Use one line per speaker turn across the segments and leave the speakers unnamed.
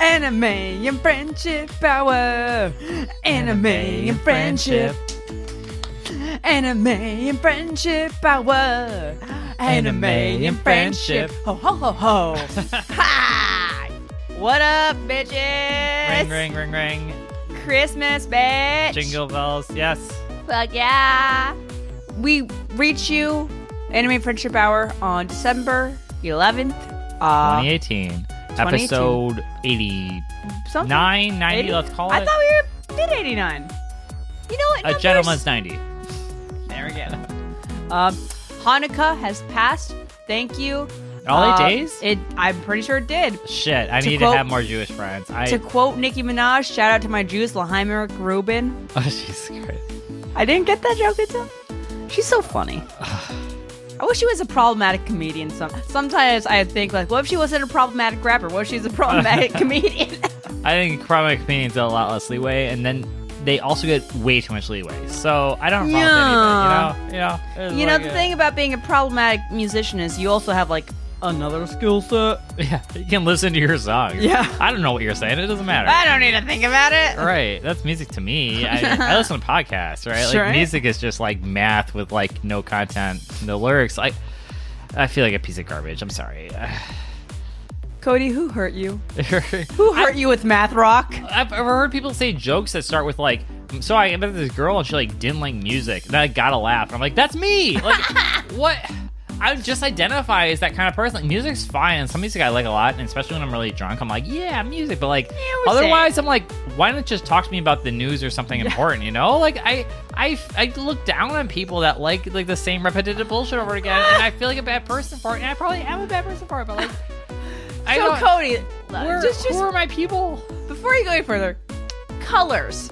Anime and friendship hour. Anime and friendship. Anime and friendship hour. Anime and friendship. Ho ho ho ho. Hi. What up, bitches?
Ring, ring, ring, ring.
Christmas, bitch.
Jingle bells. Yes.
Fuck yeah. We reach you, Anime Friendship Hour, on December 11th. Uh,
2018.
2018.
Episode 89,
something.
90,
Eighty?
let's call
I
it.
thought we were, did 89. You know what?
a gentleman's 90.
There we go. Um, Hanukkah has passed. Thank you.
All
Uh,
eight days?
It. I'm pretty sure it did.
Shit, I
to
need
quote-
to have more Jewish friends. I.
to quote Nicki Minaj, shout out to my Jews, Lahimer Rubin.
oh, Jesus Christ.
I didn't get that joke until. She's so funny. I wish she was a problematic comedian. Some, sometimes I think like, what if she wasn't a problematic rapper? What if she's a problematic comedian?
I think chronic comedians have a lot less leeway, and then they also get way too much leeway. So I don't have a
Yeah.
problem with anything, you know? You know,
you know,
It's
the
like,
thing about being a problematic musician is you also have like another skill set.
uh, Yeah, you can listen to your song.
Yeah.
I don't know what you're saying. It doesn't matter.
I don't need to think about it.
Right, that's music to me. I, I listen to podcasts, right? Like
Sure.
music is just like math with like no content, no lyrics. Like, I feel like a piece of garbage. I'm sorry.
Cody, who hurt you?
I've
Who hurt you with math rock?
I've ever heard people say jokes that start with like, "So I met this girl and she like didn't like music." And I got to laugh. And I'm like, "That's me!" Like, what? I would just identify as that kind of person. Like, music's fine, and some music I like a lot, and especially when I'm really drunk, I'm like, "Yeah, music." But like,
we say-
otherwise, I'm like, "Why not just talk to me about the news or something important?" You know? Like, I, I, I look down on people that like like the same repetitive bullshit over again, and I feel like a bad person for it. And I probably am a bad person for it, but like, I
so
don't.
Cody,
where-
just just
who are my people?
before you go any further, colors,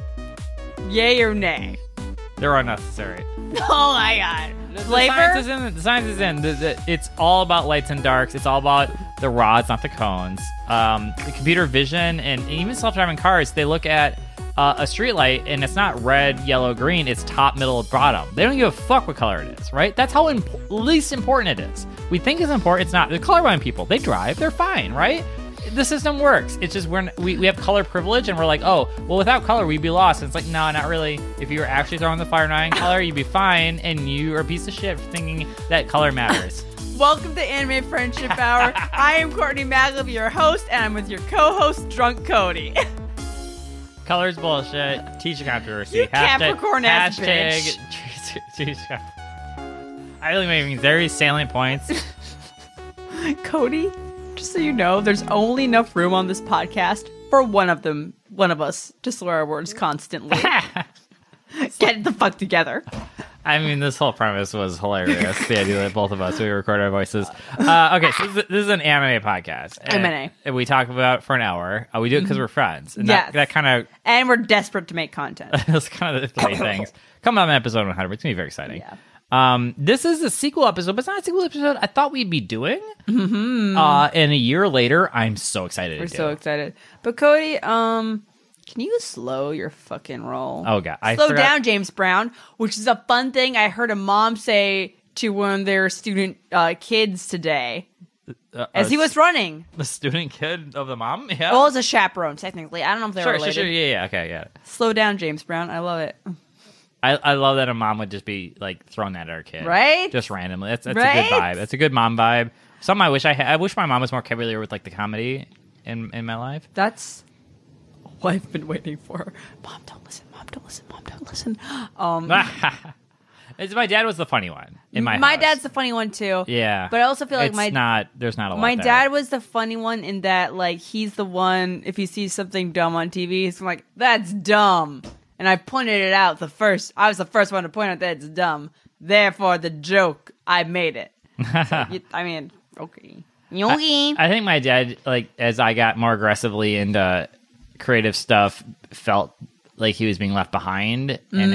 yay or nay?
They're unnecessary.
Oh my
The
god,
science
flavor.
is in. The science is in. The, the, it's all about lights and darks. It's all about the rods, not the cones. Um, the computer vision and even self-driving cars. They look at uh, a street light and it's not red, yellow, green. It's top, middle, bottom. They don't give a fuck what color it is, right? That's how imp- least important it is. We think it's important. It's not. The colorblind people. They drive. They're fine, right? The system works. It's just we're n- we, we have color privilege and we're like, oh, well, without color we'd be lost. And it's like, no, not really. If you were actually throwing the fire nine color, you'd be fine. And you are a piece of shit for thinking that color matters.
Welcome to Anime Friendship Hour. I am Courtney Maglib, your host, and I'm with your co-host, Drunk Cody.
Color's bullshit. Teach a controversy.
You Capricorn ass
hashtag teach a- I really making very salient points.
Cody, just so you know, there's only enough room on this podcast for one of them, one of us, to slur our words constantly. Get the fuck together.
I mean, this whole premise was hilarious. The idea that both of us we record our voices. Uh, okay, so this, is- this is an anime podcast. And,
M&A.
and we talk about it for an hour. Uh, we do it because we're friends. And
Mm-hmm. Yes.
that, that kind of
And we're desperate to make content.
that's kind of the three things. Come on, episode 100. It's gonna be very exciting.
Yeah.
Um, this is a sequel episode, but it's not a sequel episode. I thought we'd be doing. Mm-hmm. Uh, and a year later, I'm so excited.
We're
to
so
do.
excited. But Cody, um, can you slow your fucking roll?
Oh, God. I
slow
forgot-
down, James Brown. Which is a fun thing I heard a mom say to one of their student uh, kids today
Uh,
as
uh,
he was running.
the student kid of the mom. Yeah.
Well, as a chaperone, technically. I don't know if they're
Oh. sure,
related.
sure, sure. Yeah, yeah. Okay, yeah.
Slow down, James Brown. I love it.
I, I love that a mom would just be like throwing that at her kid,
Right?
Just randomly. That's that's a good
Right?
vibe. That's a good mom vibe. Some I wish I had. I wish my mom was more familiar with like the comedy in in my life.
That's what I've been waiting for. Mom, don't listen. Mom, don't listen. Mom, don't listen. Um,
It's- my dad was the funny one in my. house.
dad's the funny one too.
yeah,
but I also feel like
It's
my
not. There's not a lot.
My
there.
dad was the funny one in that, like, he's the one, if he sees something dumb on TV, he's like, that's dumb. And I pointed it out the first, I was the first one to point out that it's dumb. Therefore, the joke, I made it. So, you- I mean, okay. Okay.
I think my dad, like, as I got more aggressively into creative stuff, felt like he was being left behind and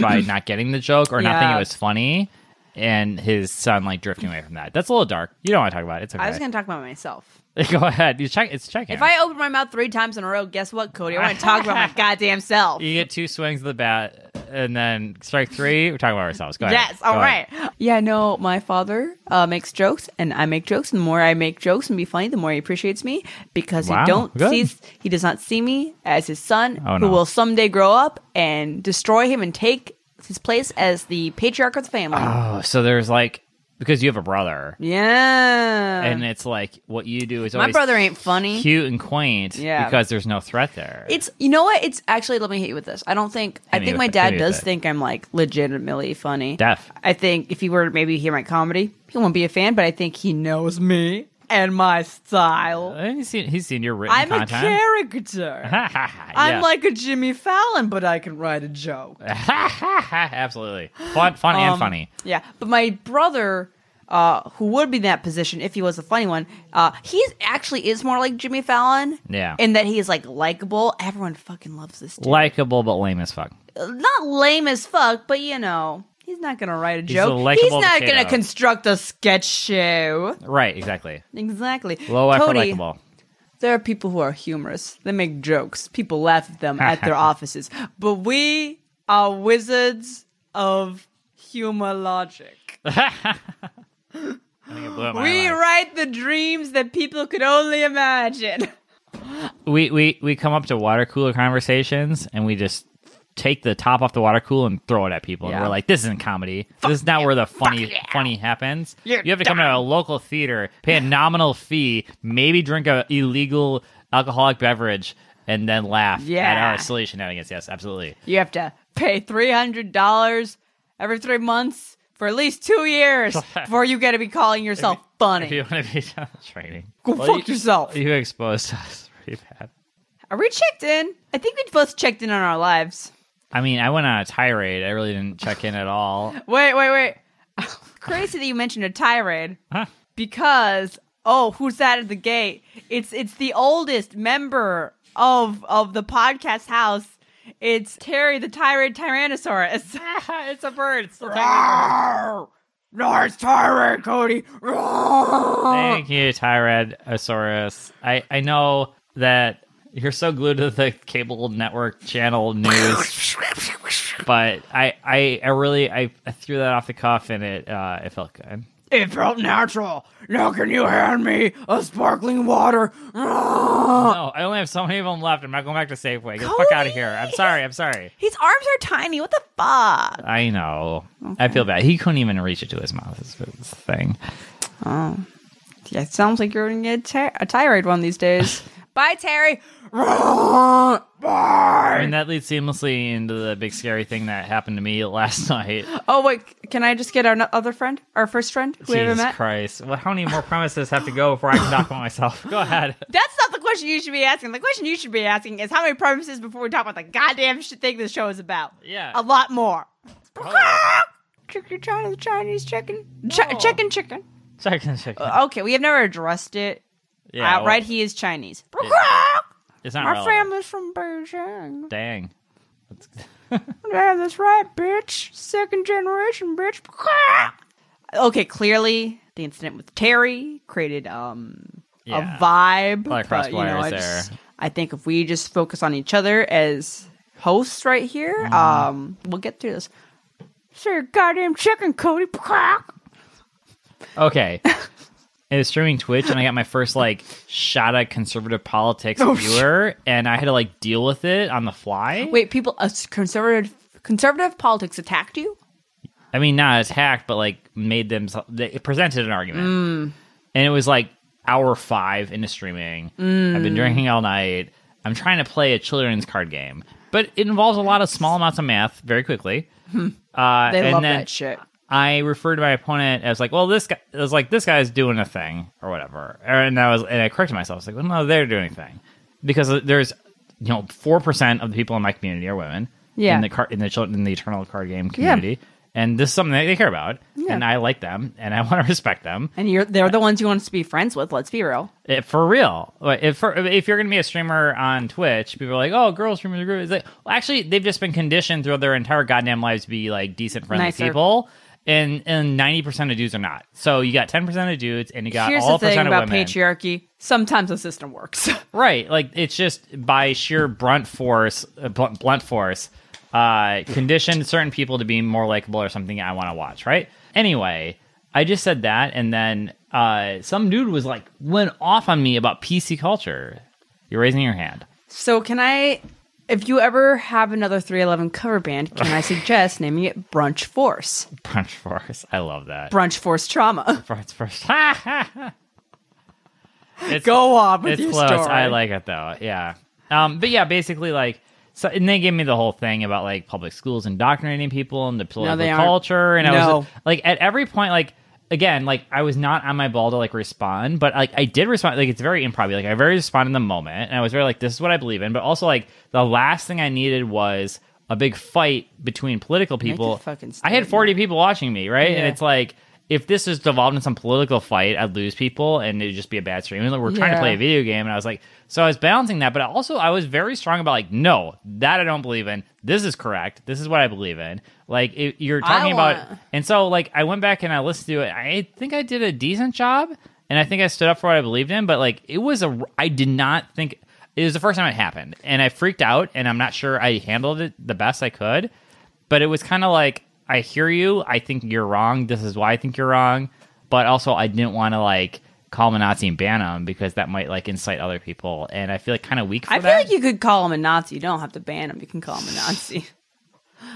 by not getting the joke or not thinking
Mm. Yeah.
it was funny, and his son like drifting away from that. That's a little dark. You don't want to talk about it. It's okay.
I was going to talk about myself.
Go ahead. You check. It's checking.
If I open my mouth three times in a row, guess what, Cody? I want to talk about my goddamn self.
you get two swings of the bat, and then strike three. We're talking about ourselves. Go ahead.
Yes, all
Go ahead.
right. Yeah, no, my father uh, makes jokes, and I make jokes. And the more I make jokes and be funny, the more he appreciates me because
Wow,
he don't
good.
sees he does not see me as his son,
Oh, no.
who will someday grow up and destroy him and take his place as the patriarch of the family.
Oh, so there's like because you have a brother,
yeah,
and it's like what you do is
my
always
brother ain't funny.
cute and quaint.
Yeah.
because there's no threat there.
It's you know what? It's actually let me hit you with this. I don't think I
me
think
with
my
it. Hit
dad
me with
does
it.
think I'm like legitimately funny.
Def.
I think if he were to maybe hear my comedy, he won't be a fan, but I think he knows me and my style.
And he's seen, he's seen your written
I'm a
content. Uh-huh.
caricature.
yeah.
I'm like a Jimmy Fallon, but I can write a joke.
absolutely fun, fun and
Um,
funny.
Yeah, but my brother, uh, who would be in that position if he was a funny one, uh, he actually is more like Jimmy Fallon.
Yeah.
in that he is like likable. Everyone fucking loves this. Dude.
Likeable but lame as fuck.
not lame as fuck, but you know, he's not gonna write a
He's a
joke.
likable
he's not
potato.
gonna construct a sketch show.
Right, exactly.
Exactly.
Low effort,
Cody,
likeable.
there are people who are humorous. They make jokes. People laugh at them at their offices. But we are wizards of humor logic.
Blew up my
We
mind.
write the dreams that people could only imagine.
we we we come up to water cooler conversations and we just take the top off the water cooler and throw it at people and
Yeah.
we're like this isn't comedy this is not where the funny funny happens
You're
you have to come to a local theater pay a nominal fee maybe drink a illegal alcoholic beverage and then laugh at
Yeah.
our silly shenanigans yes absolutely
You have to pay three hundred dollars every three months for at least two years before you get to be calling yourself
if you
funny.
want to be done with training
Go
Well,
fuck
you,
yourself.
you exposed us pretty bad
Are we checked in? I think we both checked in on our lives.
i mean i went on a tirade i really didn't check in at all
Wait, wait, wait. Crazy that you mentioned a tirade
Huh.
because oh, who's that at the gate? It's it's the oldest member of of the podcast house. It's Terry the Tirade Tyrannosaurus.
it's a bird it's a
No, it's Tirade, Cody. Uh,
Thank you, Tyrannosaurus. I, I know that you're so glued to the cable network channel news, but I, I, I really I, I threw that off the cuff and it uh, it felt good.
It felt natural. Now can you hand me a sparkling water? Uh,
No, I only have so many of them left. I'm not going back to Safeway. Get the fuck out of here. I'm sorry. I'm sorry.
His arms are tiny. What the fuck?
I know. I feel bad. He couldn't even reach it to his mouth. Is the thing.
Yeah, it sounds like you're gonna get a, ti- a tirade one these days. Bye, Terry.
I mean,
Bye.
that leads seamlessly into the big scary thing that happened to me last night.
Oh wait, can I just get our no- other friend, our first friend who we haven't
Jesus
met?
Christ. Well, how many more premises have to go before I can knock on myself? Go ahead.
That's not the question you should be asking. The question you should be asking is how many premises before we talk about the goddamn shit thing this show is about.
Yeah.
a lot more.
Oh.
Chicken China, Chinese chicken, Chi-
No.
chicken, chicken.
Second, second.
Okay, we have never addressed it.
yeah,
Uh,
well,
Outright, he is Chinese.
It's not
My
relevant.
family's from Beijing.
Dang. That's,
Yeah, that's right, bitch. Second generation, bitch. Okay, clearly the incident with Terry created um
Yeah.
a vibe.
lot of cross
but, you know,
wires
I,
there.
just- I think if we just focus on each other as hosts right here,
Mm-hmm.
um, we'll get through this. Sir, your goddamn chicken, Cody.
okay. It was streaming Twitch, and I got my first like shot at conservative politics
Oh,
viewer, and I had to like deal with it on the fly.
Wait, people, uh, conservative conservative politics attacked you?
I mean, not attacked, but like made them. They it presented an argument, and it was like hour five into streaming. I've been drinking all night. I'm trying to play a children's card game, but it involves a lot of small amounts of math very quickly. Uh,
Hmm. They
and
love
then
that shit.
I referred to my opponent as like, well, this guy I was like this guy's doing a thing or whatever, and I was and I corrected myself. I was like, well, no, they're doing a thing because there's you know four percent of the people in my community are women.
Yeah.
In the card in the children in the eternal card game community, and this is something that they care about,
Yeah.
and I like them, and I want to respect them
And you're they're the ones you want to be friends with. Let's be real.
Eh, for real. Like, If for, if you're gonna be a streamer on Twitch, people are like, oh, girl streamers are good. It's like, well, actually, they've just been conditioned throughout their entire goddamn lives to be like decent, friendly
Nicer.
people. And and ninety percent of dudes are not. So you got ten percent of dudes, and you got
Here's
all
the thing
percent of
about
women.
patriarchy. Sometimes the system works.
Right. Like it's just by sheer brunt force, uh, blunt, blunt force, uh, conditioned certain people to be more likable or something I want to watch, right? Anyway, I just said that, and then uh, some dude was like, went off on me about PC culture. You're raising your hand.
So can I? If you ever have another 311 cover band, can I suggest naming it Brunch Force?
Brunch Force. I love that.
Brunch Force Trauma.
Brunch Force. Ha, ha, ha. It's-
Go on with
it's
your
close.
story.
I like it though. Yeah. Um, but yeah, basically like so, and they gave me the whole thing about like public schools indoctrinating people into political
they aren't.
culture, and I
No.
was like at every point like again like I was not on my ball to like respond, but like I did respond. Like it's very improv. Like I very responded in the moment, and I was very like this is what I believe in. But also like the last thing I needed was a big fight between political people.
fucking
I had
statement.
forty people watching me, right? And
Yeah.
it's like. If this is devolved in some political fight, I'd lose people and it'd just be a bad stream. Even though we're trying to
Yeah.
play a video game and i was like so i was balancing that but also i was very strong about like no that i don't believe in this is correct this is what i believe in like it, you're
I
talking about
wanna-
and so like i went back and i listened to it i think i did a decent job and i think i stood up for what i believed in but like it was a i did not think it was the first time it happened and i freaked out and i'm not sure i handled it the best i could but it was kind of like I hear you. I think you're wrong. This is why I think you're wrong. But also, I didn't want to like call him a Nazi and ban him because that might like incite other people. And I feel like kind of weak for
I
that.
feel like you could call him a Nazi. You don't have to ban him. You can call him a Nazi.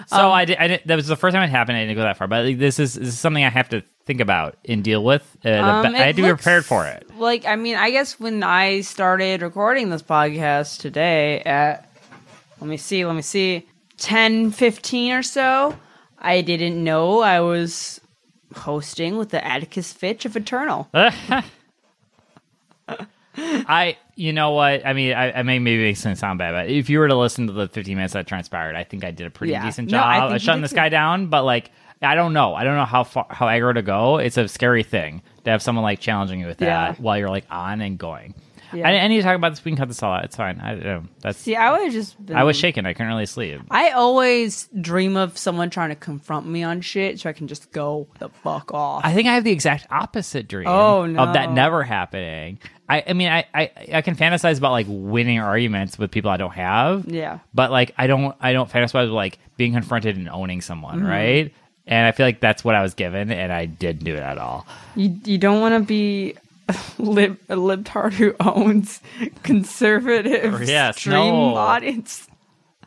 so
um,
I, did, I did, that was the first time it happened. I didn't go that far, but like, this is this is something I have to think about and deal with. Uh, the
Um,
be- I
it
had to be
looks
prepared for it.
Like, I mean, I guess when I started recording this podcast today at, let me see, let me see, ten fifteen or so, I didn't know I was hosting with the Atticus Fitch of Eternal.
I, you know what? I mean, I, I may maybe make it sound bad, but if you were to listen to the 15 minutes that transpired, I think I did a pretty
Yeah.
decent
No, I
job
think you
of shutting
did
this
too.
guy down. But like, I don't know. I don't know how far, how aggro to go. It's a scary thing to have someone like challenging you with that
Yeah.
while you're like on and going.
Yeah.
I, I need to talk about this. We can cut this all out. It's fine. I don't know. That's.
See, I would have just been.
I was shaken. I couldn't really sleep.
I always dream of someone trying to confront me on shit so I can just go the fuck off.
I think I have the exact opposite dream
Oh, no.
of that never happening. I, I mean, I, I, I can fantasize about like winning arguments with people I don't have.
Yeah.
But like, I don't, I don't fantasize with like being confronted and owning someone,
Mm-hmm.
right? And I feel like that's what I was given, and I didn't do it at all.
You, you don't want to be lib, a libtard who owns conservative
Yes,
stream
no.
audience.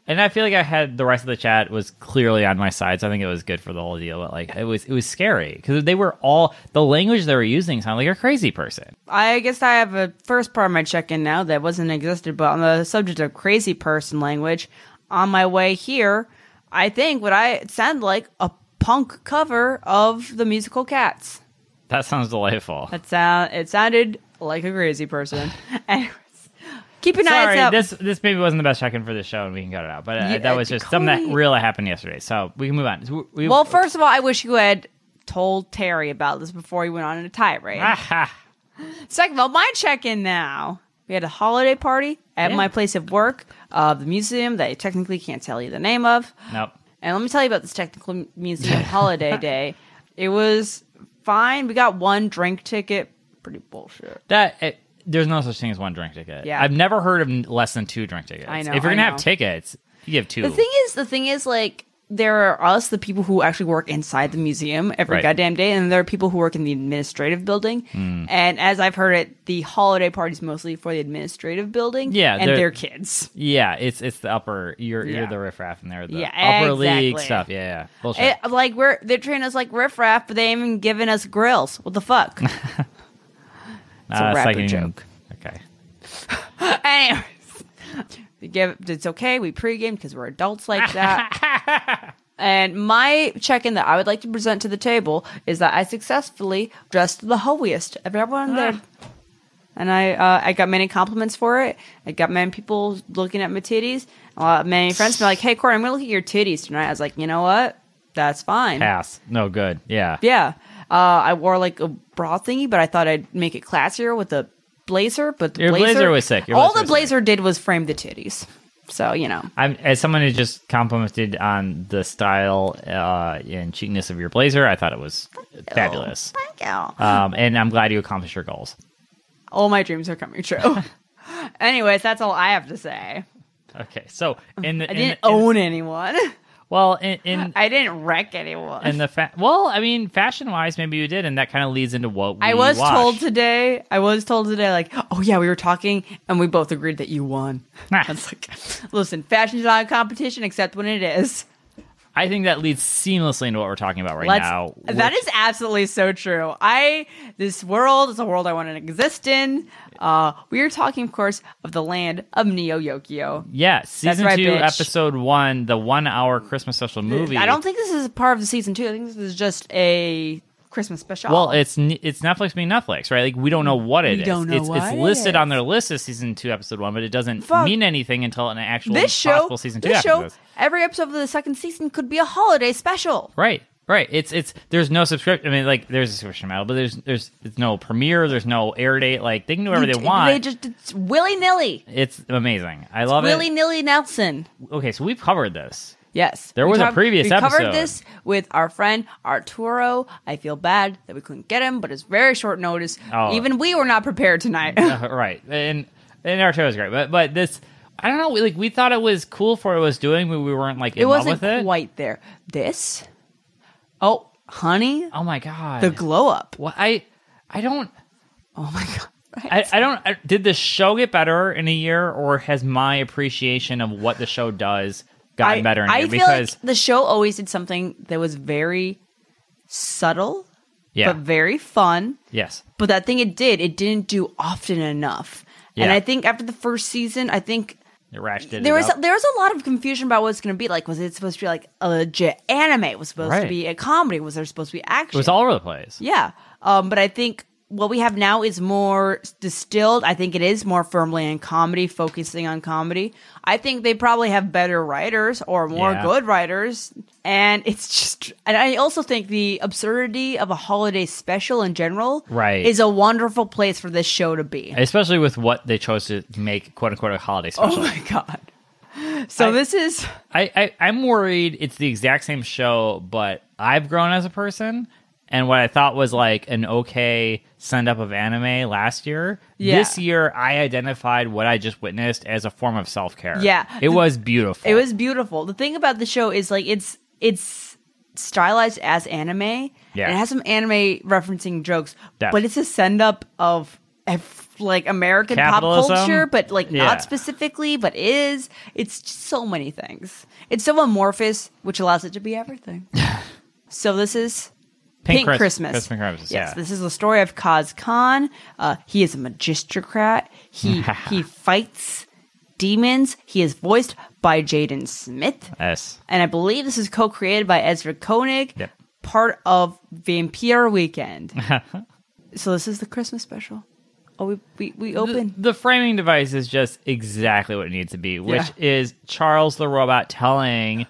And I feel like I had the rest of the chat was clearly on my side, so I think it was good for the whole deal. But like, it was, it was scary because they were all the language they were using sounded like a crazy person.
I guess I have a first part of my check-in now that wasn't existed, but on the subject of crazy person language, on my way here, I think what I it sounded like a punk cover of the musical Cats.
That sounds delightful.
That sound it sounded like a crazy person. Anyways, keep an eye
Sorry,
out.
this this maybe wasn't the best check-in for this show, and we can cut it out. But uh,
Yeah,
that was
uh,
just something that
Cody-
really happened yesterday, so we can move on. So we- we-
well, first of all, I wish you had told Terry about this before he went on in a tirade.
Ah,
Second of all, my check in now. We had a holiday party at
Yeah.
my place of work, uh, the museum that I technically can't tell you the name of.
nope.
And let me tell you about this technical museum holiday day. It was fine. We got one drink ticket. Pretty bullshit.
That it, there's no such thing as one drink ticket.
Yeah.
I've never heard of n- less than two drink tickets.
I know,
If you're
I
gonna have
know.
tickets, you have two.
The thing is, the thing is, like, there are us, the people who actually work inside the museum every
Right.
goddamn day, and there are people who work in the administrative building.
Hmm.
And as I've heard it, the holiday party's mostly for the administrative building
Yeah,
and
they're-
their kids.
yeah, it's it's the upper. You're you're
Yeah.
the riffraff in there. The
Yeah,
upper league
exactly.
stuff. Yeah, yeah. Bullshit.
It, like we're they're treating us like riffraff, but they ain't even giving us grills. What the fuck? a
Nah, Ah, that's
rapper
like an-
joke.
Okay.
Anyways, we give it's okay. We pregame because we're adults like that. and my check-in that I would like to present to the table is that I successfully dressed the hoiest of everyone there. And I, uh, I got many compliments for it. I got many people looking at my titties. A lot of many friends were like, "Hey, Corey, I'm gonna look at your titties tonight." I was like, "You know what? That's fine."
Pass. No good. Yeah.
Yeah. Uh, I wore like a bra thingy, but I thought I'd make it classier with a blazer. But the
Your
blazer,
blazer was sick. Your
all
blazer
the
was
blazer did was frame the titties. So you know,
I'm as someone who just complimented on the style uh, and chicness of your blazer. I thought it was fabulous.
Oh, Thank you.
Um, and I'm glad you accomplished your goals.
All my dreams are coming true. Anyways, that's all I have to say.
Okay, so in the
I
in
didn't
the, in-
own anyone.
well in, in
I didn't wreck anyone.
in the fa- well, I mean, fashion wise, maybe you did, and that kind of leads into what we
I was
watched.
told today. I was told today, like, oh yeah, we were talking, and we both agreed that you won.
Ah.
I was like, listen, fashion's not a competition, except when it is.
I think that leads seamlessly into what we're talking about right now.
that
which-
is absolutely so true. I this world is a world I want to exist in. Uh, we are talking, of course, of the land of Neo Yokio.
yeah, season
right,
two,
bitch.
episode one, the one-hour Christmas special movie.
I don't think this is part of the season two. I think this is just a Christmas special.
Well, it's n- it's Netflix being Netflix, right? Like we don't know what it
We
is.
don't know
it's,
what
it's
it is.
listed on their list as season two, episode one, but it doesn't
Fuck.
mean anything until an actual
this show,
possible season two.
this
after
show,
this.
every episode of the second season could be a holiday special.
Right. Right. It's it's there's no subscription. I mean, like there's a subscription model, but there's there's it's no premiere. There's no air date. Like they can do whatever they want.
They just it's willy nilly,
it's amazing. I love
willy
it.
nilly Nelson.
Okay, so we've covered this.
Yes,
There
We
was a
cov-
previous
we
episode.
covered this with our friend Arturo. I feel bad that we couldn't get him, but it's very short notice.
Oh.
Even we were not prepared tonight.
Uh, right. And and Arturo was great, but but this I don't know. We, like we thought it was cool for what it was doing, but we weren't like in
it wasn't
love with it.
quite there. This, oh honey,
oh my god.
the glow up.
Well, I I don't
Oh my god. Right.
I, I don't I, did the show get better in a year or has my appreciation of what the show does gotten better in a
I
year
feel
because
like the show always did something that was very subtle
yeah
but very fun.
yes
But that thing it did, it didn't do often enough. And
Yeah.
I think after the first season, I think
it ratcheted
there
it
was
up.
there was a lot of confusion about what it's going to be like. Was it supposed to be like a legit anime? Was it supposed
Right.
to be a comedy? Was there supposed to be
it
action?
was all over the place
yeah. Um, but I think what we have now is more s- distilled. I think it is more firmly in comedy, focusing on comedy. I think they probably have better writers or more
Yeah.
good writers. And it's just, and I also think the absurdity of a holiday special in general
Right.
is a wonderful place for this show to be.
especially with what they chose to make quote unquote a holiday special
oh my God. So
I-
this is.
I, I I'm worried it's the exact same show, but I've grown as a person, and what I thought was like an okay send up of anime last year.
Yeah.
This year, I identified what I just witnessed as a form of self care.
Yeah.
it was beautiful.
It was beautiful. The thing about the show is like it's it's stylized as anime.
Yeah.
And it has some anime referencing jokes,
Def-
but it's a send up of ev- like American
Capitalism?
pop culture, but like
Yeah.
not specifically, but is. It's just so many things. It's so amorphous, which allows it to be everything. so this is Pink,
Chris-
Christmas.
Pink Christmas.
Yes,
yeah.
this is the story of Kaz Khan. Uh, he is a magistocrat. He he fights demons. He is voiced by Jaden Smith,
yes.
and I believe this is co-created by Ezra Koenig,
Yep.
part of Vampire Weekend. so this is the Christmas special. Oh, we we, we
The,
open.
the framing device is just exactly what it needs to be, which
Yeah.
is Charles the robot telling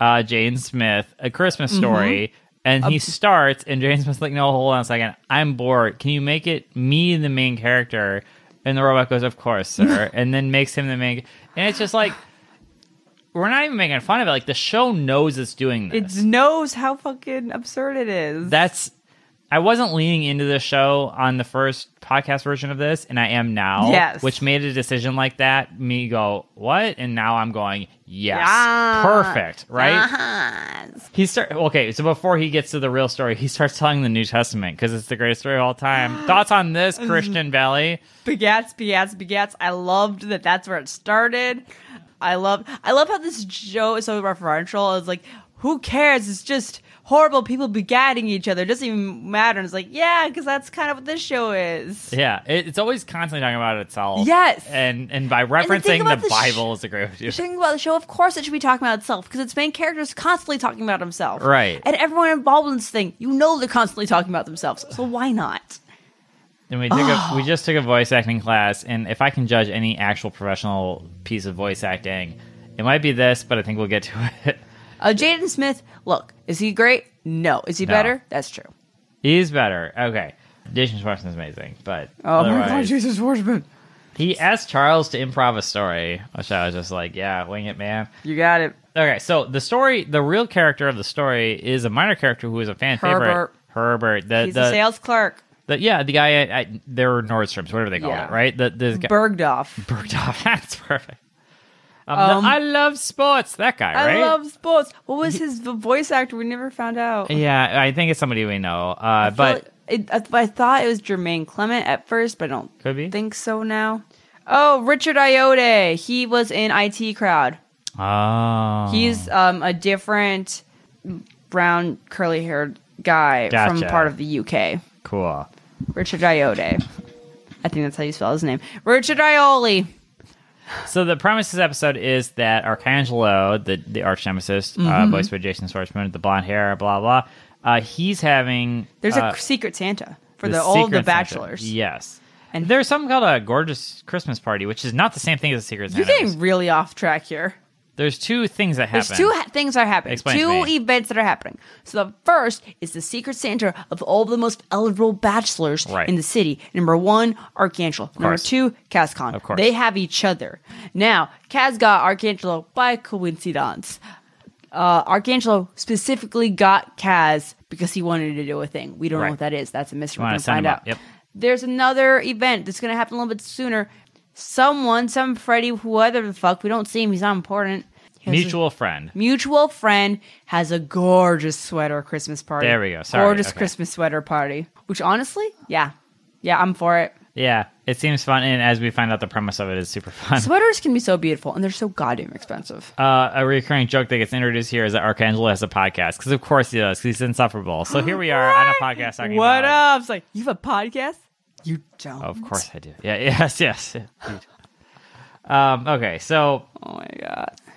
uh, Jane Smith a Christmas story. And he starts, and Jane Smith's like, No, hold on a second. I'm bored. Can you make it me the main character? And the robot goes, Of course, sir. and then makes him the main. And it's just like, we're not even making fun of it. Like, the show knows it's doing this.
It knows how fucking absurd it is.
That's. I wasn't leaning into the show on the first podcast version of this, and I am now.
Yes.
Which made a decision like that me go, what? And now I'm going, yes.
Yeah. Uh-huh.
Perfect. Right?
Yes.
He start okay, so before he gets to the real story, he starts telling the New Testament because it's the greatest story of all time. Thoughts on this,
Mm-hmm.
Christian Valley?
begats begats begats i loved that that's where it started i love i love how this show is so referential it's like who cares it's just horrible people begatting each other it doesn't even matter and it's like yeah because that's kind of what this show is
Yeah. It, it's always constantly talking about itself.
Yes.
And and by
the thing
referencing the,
about the sh-
Bible is a great
The thing about the show of course it should be talking about itself because its main character is constantly talking about himself
Right.
and everyone involved in this thing you know they're constantly talking about themselves so why not
And we took a, we just took a voice acting class, and if I can judge any actual professional piece of voice acting, it might be this, but I think we'll get to it.
uh, jaden smith look is he great no is he
No.
better that's true
He's better. Okay, Jason Schwartzman is amazing, but
oh my god
otherwise-
jesus Schwartzman.
he asked Charles to improv a story, which I was just like, yeah, wing it, man.
you got it
Okay, so the story, the real character of the story is a minor character who is a fan favorite.
Herbert.
Herbert, the,
he's
the,
a sales clerk
the- yeah, the guy at, at their Nordstroms, whatever they call
Yeah.
it, right? The, the guy,
Bergdorf.
Bergdorf. That's perfect. Um,
Um,
the I love sports. That guy, right?
I love sports. What was his v- voice actor? We never found out.
yeah, I think it's somebody we know. Uh, but
Well, it, I, I thought it was Jermaine Clement at first, but I don't
could be.
think so now. Oh, Richard Iote. He was in IT Crowd.
oh,
He's um, a different brown, curly haired guy
Gotcha.
from part of the UK.
cool.
Richard Iote. I think that's how you spell his name. Richard Ioli.
So the premise of this episode is that Arcangelo, the the arch nemesis, uh,
Mm-hmm.
voiced by Jason Schwartzman, with the blonde hair, blah blah. Uh, he's having
There's
uh,
a secret Santa for the, old The
Secret Santa.
Bachelors.
Yes. And
And-
there's something called a gorgeous Christmas party, which is not the same thing as a secret
You're
Santa.
getting really off track here.
There's two things that happen.
There's two ha- things that are happening.
Explain to
two
me.
events that are happening. So the first is the secret Santa of all the most eligible bachelors
Right.
in the city. Number one, Archangel. Number
course.
two, Cascon. Of
course.
They have each other. Now, Cas got Archangelo by coincidence. Uh, Archangelo specifically got Kaz because he wanted to do a thing. We don't
Right.
know what that is. That's a mystery. We're
Wanna
going to
send
find
him
out.
up. Yep.
There's another event that's going to happen a little bit sooner. Someone, some Freddy, whoever the fuck, we don't see him. He's not important. He has a-
Mutual friend.
mutual friend has a gorgeous sweater Christmas party.
There we go. Sorry.
Gorgeous
Okay.
Christmas sweater party. Which honestly, yeah. Yeah, I'm for it.
Yeah, it seems fun, and as we find out, the premise of it is super fun.
Sweaters can be so beautiful and they're so goddamn expensive.
Uh, a recurring joke that gets introduced here is that Archangelo has a podcast because, of course, he does. 'cause he's insufferable. So here we are on a podcast talking
What
about.
up? It's like, you have a podcast? You don't.
uh, Of course, I do. Yeah. Yes. Yes. um, okay. So
Oh my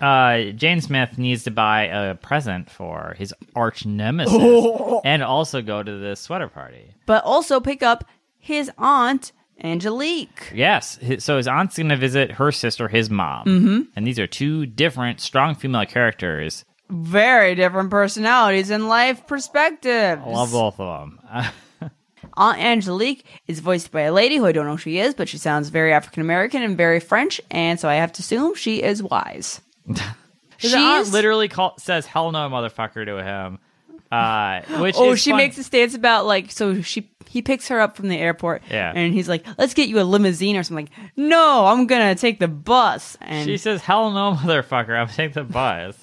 god.
uh, Jane Smith needs to buy a present for his arch nemesis and also go to the sweater party.
But also pick up his aunt, Angelique.
Yes. hi- So his aunt's going to visit her sister, his mom. Mm-hmm. And these are two different, strong female characters.
Very different personalities and life perspectives.
I love both of them.
Aunt Angelique is voiced by a lady who I don't know who she is, but she sounds very African American and very French, and so I have to assume she is wise.
His aunt
She's-
literally call, says "hell no, motherfucker" to him. Uh, which
Oh,
is
she
fun.
makes a stance about like so she he picks her up from the airport,
Yeah.
and he's like, "Let's get you a limousine or something." Like, no, I'm gonna take the bus, and
She says "hell no, motherfucker." I'm taking the bus.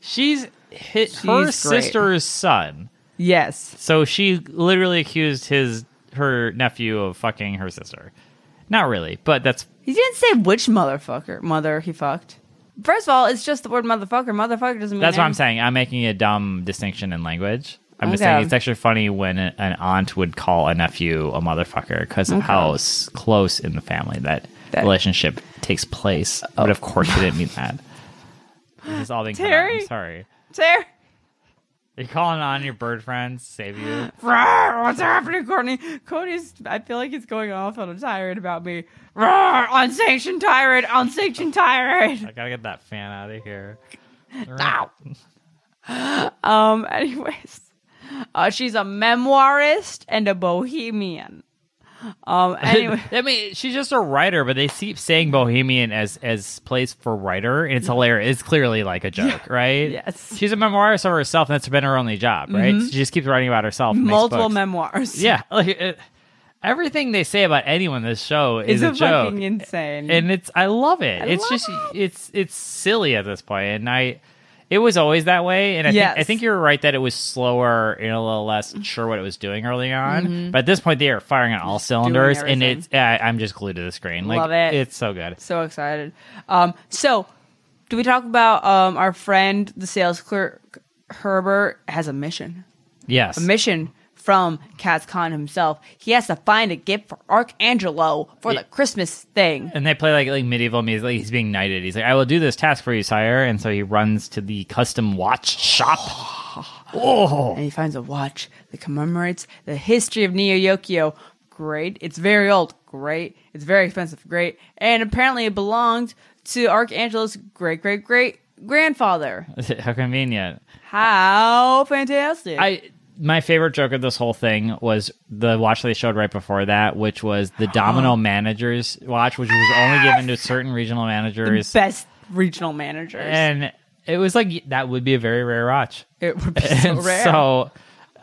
She's hit her
great.
sister's son,
yes,
so she literally accused his her nephew of fucking her sister. Not really, but that's
he didn't say which motherfucker mother he fucked. First of all, it's just the word motherfucker. Motherfucker doesn't mean
that's what I'm
anything.
saying. I'm making a dumb distinction in language. I'm just
Okay.
saying it's actually funny when a- an aunt would call a nephew a motherfucker because of how s- close in the family that,
That-
relationship takes place. But of course, you didn't mean that. This is all being cut out.
Terry?
I'm sorry.
Sarah.
You're calling on your bird friends, save you.
Rawr, what's happening, Courtney? Cody's, I feel like he's going off on a tirade about me. Rawr, unsanctioned tirade, unsanctioned tirade.
I gotta get that fan out of here.
Ow. Um, anyways, uh, she's a memoirist and a bohemian. Um, anyway,
I mean, she's just a writer, but they keep saying Bohemian as as place for writer, and it's hilarious. It's clearly like a joke, right?
Yes. Mm-hmm.
She's a memoirist of herself, and that's been her only job, right? She just keeps writing about herself. and makes
multiple
books.
memoirs.
Yeah, like it, everything they say about anyone in this show is
It's
a,
a
joke,
fucking insane.
and it's I love it.
I
it's
love
just it's it's silly at this point, and I. It was always that way, and I,
Yes. Mm-hmm.
think, I think you're right that it was slower and a little less sure what it was doing eing on. But at this point, they are firing on all cylinders, and
everything.
it's I, I'm just glued to the screen. Like,
Love it.
It's so good.
So excited. Um, so do we talk about um our friend the sales clerk Herbert has a mission?
Yes,
mission from Kaz Khan himself. He has to find a gift for Archangelo for the Christmas thing.
and they play like like medieval music. Like, he's being knighted. He's like, "I will do this task for you, sire," and so he runs to the custom watch shop.
And he finds a watch that commemorates the history of Neo Yokio. Great. It's very old. Great. It's very expensive. Great. And apparently it belonged to Archangelo's great great great grandfather.
How convenient.
How fantastic.
I my favorite joke of this whole thing was the watch they showed right before that, which was the Domino Managers watch, which was only given to certain regional managers,
Best regional managers.
and it was like that would be a very rare watch.
it would be so
And
rare.
so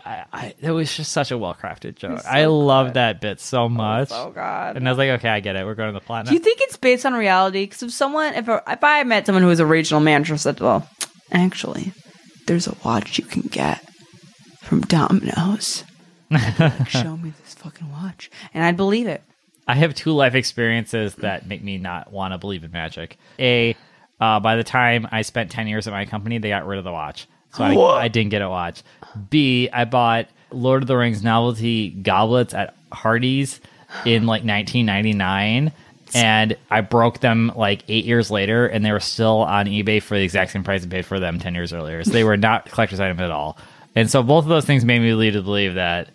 I, I, that was just such a well crafted joke. I love that bit so much.
Oh God.
and I was like, okay, I get it. We're going to the plot.
Do you think it's based on reality? Because if someone, if a, if I met someone who was a regional manager, said, "Well, actually, there's a watch you can get from Domino's," I'd be like, show me this fucking watch, and I'd believe it.
I have two life experiences that make me not want to believe in magic. A, uh, by the time I spent 10 years at my company, they got rid of the watch. So I, I didn't get a watch. B, I bought Lord of the Rings novelty goblets at Hardee's in like 1999. And I broke them like eight years later, and they were still on eBay for the exact same price I paid for them 10 years earlier. So they were not collector's item at all. And so both of those things made me lead to believe that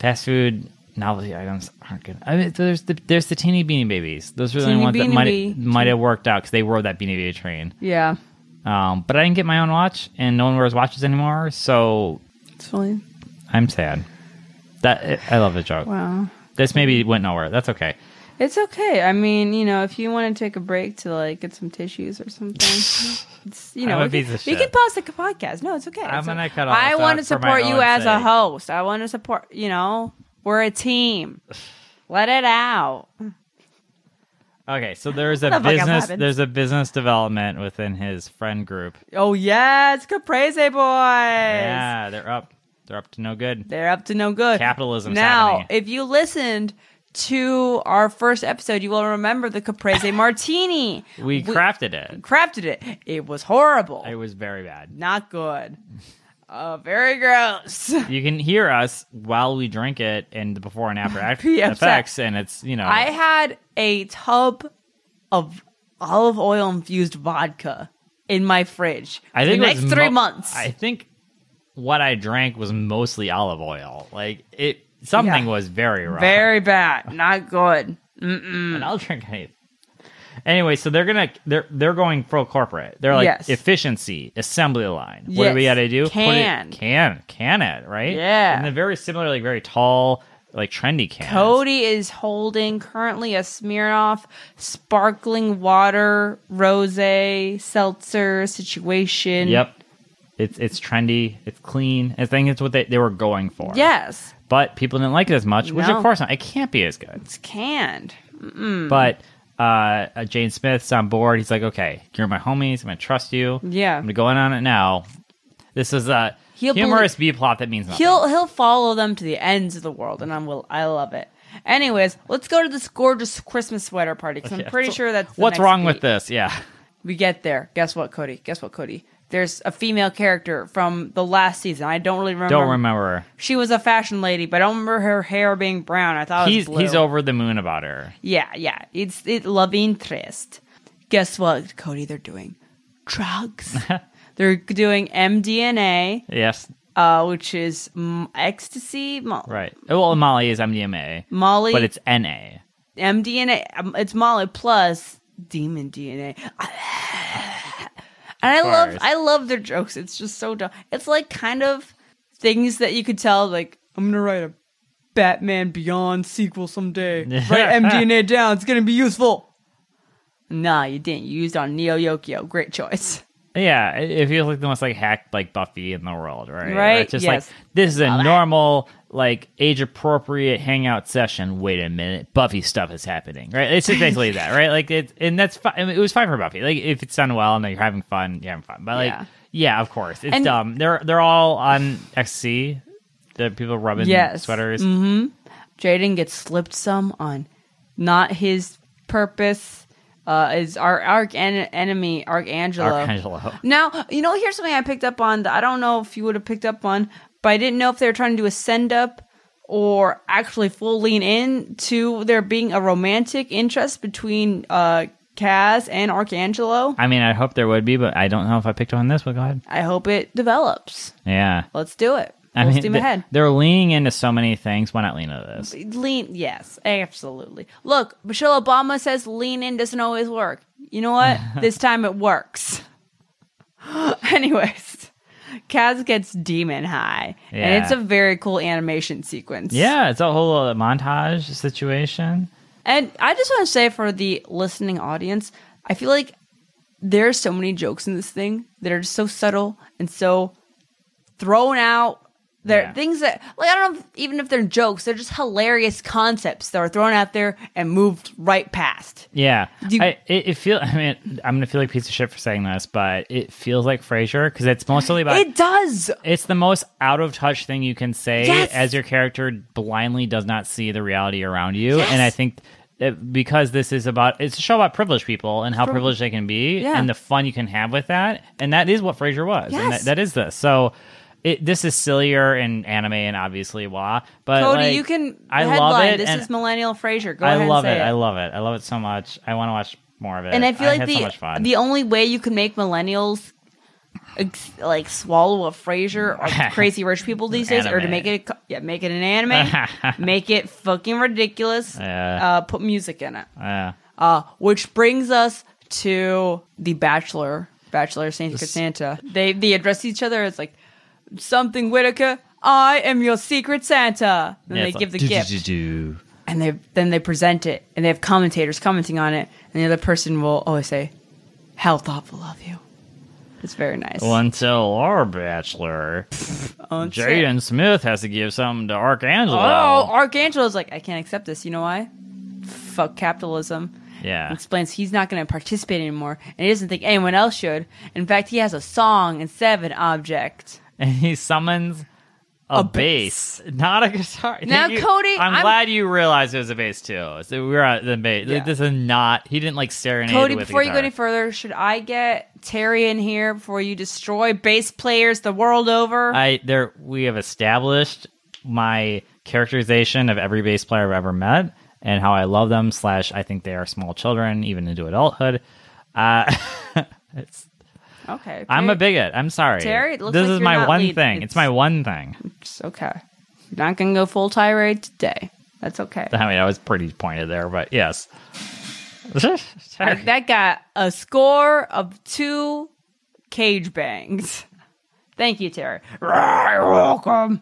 fast food novelty items aren't good. I mean, there's the there's the teeny beanie babies. Those are the
Teeny
only ones that
Beanie
might
Bee.
might have worked out because they rode that beanie baby train.
Yeah,
Um, but I didn't get my own watch, and no one wears watches anymore, so
it's fine.
I'm sad. That I love the joke.
Wow.
This maybe went nowhere. That's okay.
It's okay. I mean, you know, if you want to take a break to like get some tissues or something, it's, you
I'm
know,
a
we can,
piece of
we
shit.
can pause the podcast. No, it's okay.
I'm
It's
gonna
okay.
cut all
I
this
want to
out for my
support you
own
as a
sake.
host. I want to support. You know, we're a team. Let it out.
Okay, so there's
What
a
the fuck
business
happened?
there's a business development within his friend group.
Oh yes, Caprese boys.
Yeah, they're up. They're up to no good.
They're up to no good.
Capitalism's
Now,
happening.
if you listened to our first episode, you will remember the Caprese Martini.
We crafted it.
crafted it. It was horrible.
It was very bad.
Not good. Uh, very gross.
You can hear us while we drink it and the before and after act-
Be upset.
effects, and it's you know
I had a tub of olive oil infused vodka in my fridge.
I
for
think
the
it was
next three
mo-
months.
I think what I drank was mostly olive oil. Like it, something
Yeah.
was very wrong.
very bad. Not good.
and I'll drink any. Anyway, so they're gonna they're they're going pro corporate. They're like
Yes.
efficiency, assembly line. What do we
Yes.
gotta do?
Can.
Put it, can can it right?
Yeah.
and they're very similar, like very tall, like trendy cans.
Cody is holding currently a Smirnoff sparkling water rose seltzer situation.
Yep, it's it's trendy, it's clean. I think it's what they, they were going for.
Yes,
but people didn't like it as much, which
No. Mm.
of course not. It can't be as good.
it's canned.
But uh, uh, Jane Smith's on board. He's like, okay, you're my homies. I'm gonna trust you.
Yeah.
I'm gonna go in on it now. This is a
He'll
humorous B plot that means nothing.
He'll he'll follow them to the ends of the world, and I will. I love it. Anyways, let's go to this gorgeous Christmas sweater party because
Yeah.
I'm pretty
So
sure that's the
what's
next
wrong
week.
with this. Yeah,
We get there. Guess what, Cody? Guess what, Cody? There's a female character from the last season. I don't really remember.
don't remember.
She was a fashion lady, but I don't remember her hair being brown. I thought it was
He's
blue.
he's over the moon about her.
Yeah, yeah. It's it love interest. Guess what, Cody? They're doing drugs. They're doing MDMA,
Yes,
uh, which is mm, ecstasy, mo-
right. Well, Molly is MDMA,
Molly,
but it's NA.
MDMA. um, It's Molly plus demon DNA. And I love,
course.
I love their jokes. It's just so dumb. It's like kind of things that you could tell. Like I'm gonna write a Batman Beyond sequel someday. write MDMA down. It's gonna be useful. Nah, you didn't. You used on Neo Yokio. Great choice.
Yeah, it it feels like the most like hacked like Buffy in the world, right? Where
Right,
It's just
yes.
like this is a normal, like age appropriate hangout session. Wait a minute, Buffy stuff is happening, right? It's just basically that, right? Like it, and that's fine. it was fine for Buffy. Like if it's done well and you're having fun, you're having fun. But like,
Yeah.
yeah, of course, it's
And-
dumb. They're they're all on XC. The people rubbing
Yes. Mm-hmm.
sweaters.
Jaden gets slipped some on not his purpose. Uh, is our arch en- enemy Archangelo.
Archangelo.
Now, you know, here's something I picked up on that I don't know if you would have picked up on, but I didn't know if they were trying to do a send up or actually full lean in to there being a romantic interest between uh, Kaz and Archangelo.
I mean, I hope there would be, but I don't know if I picked on this. But go ahead.
I hope it develops.
Yeah.
Let's do it.
I
Full
mean,
steam
th-
ahead.
they're leaning into so many things. Why not lean into this?
Lean, yes, absolutely. Look, Michelle Obama says lean in doesn't always work. You know what? this time it works. Anyways, Kaz gets demon high, and
Yeah.
it's a very cool animation sequence.
Yeah, it's a whole uh, montage situation.
And I just want to say for the listening audience, I feel like there are so many jokes in this thing that are just so subtle and so thrown out They're
Yeah.
things that like I don't know if, even if they're jokes, they're just hilarious concepts that are thrown out there and moved right past.
Yeah,
Do you-
I, it, it feel. I mean, I'm gonna feel like a piece of shit for saying this, but it feels like Frasier because it's mostly about.
it does.
it's the most out of touch thing you can say
Yes.
as your character blindly does not see the reality around you,
Yes.
and I think. that because this is about it's a show about privileged people and how
Pri-
privileged they can be
Yeah.
and the fun you can have with that and that is what Frasier was and
Yes.
that, that is this so it, this is sillier in anime and obviously wah but
Cody,
like,
you can
I
headline.
love it
This
and-
is millennial Frasier. Go
I
ahead
love
and
it.
say it.
I love it. I love it so much. I want to watch more of it.
and I feel like
had
the
so much fun.
the only way you can make millennials ex- like swallow a Frasier or crazy rich people these days, or to
Anime.
make it a co- yeah, make it an anime, make it fucking ridiculous.
Yeah.
Uh, put music in it,
Yeah.
uh, which brings us to the Bachelor, Bachelor Saint Santa. They they address each other as like something Whitaker. I am your secret Santa. And
Yeah,
they
it's
give the
like,
gift
"Do-do-do-do."
and they then they present it and they have commentators commenting on it and the other person will always say how thoughtful of you it's very nice
Well, until our bachelor,
oh, it's-
Jaden Smith has to give something to Archangelo.
oh archangelo's like i can't accept this you know why fuck capitalism
yeah.
explains he's not going to participate anymore and he doesn't think anyone else should in fact he has a song instead of an object
And he summons a,
A
bass.
bass.
not a guitar.
Now,
You-
Cody,
I'm,
I'm-
glad you realized it was a bass too. So we were at the bass.
Yeah.
This is not. He didn't like serenade.
cody
with a
before you go
guitar.
any further should i get terry in here before you destroy bass players the world over
I there we have established my characterization of every bass player I've ever met and how I love them slash I think they are small children even into adulthood. Uh, it's,
okay
I'm a
Terry-
bigot. I'm sorry.
Terry, it looks
this
like
is
you're
my
not
one
lead-
thing. It's,
it's-
my one thing.
It's okay. Not gonna go full tirade today. That's okay.
I mean, I was pretty pointed there, but yes. Terry.
That got a score of two cage bangs. Thank you, Terry. You're welcome.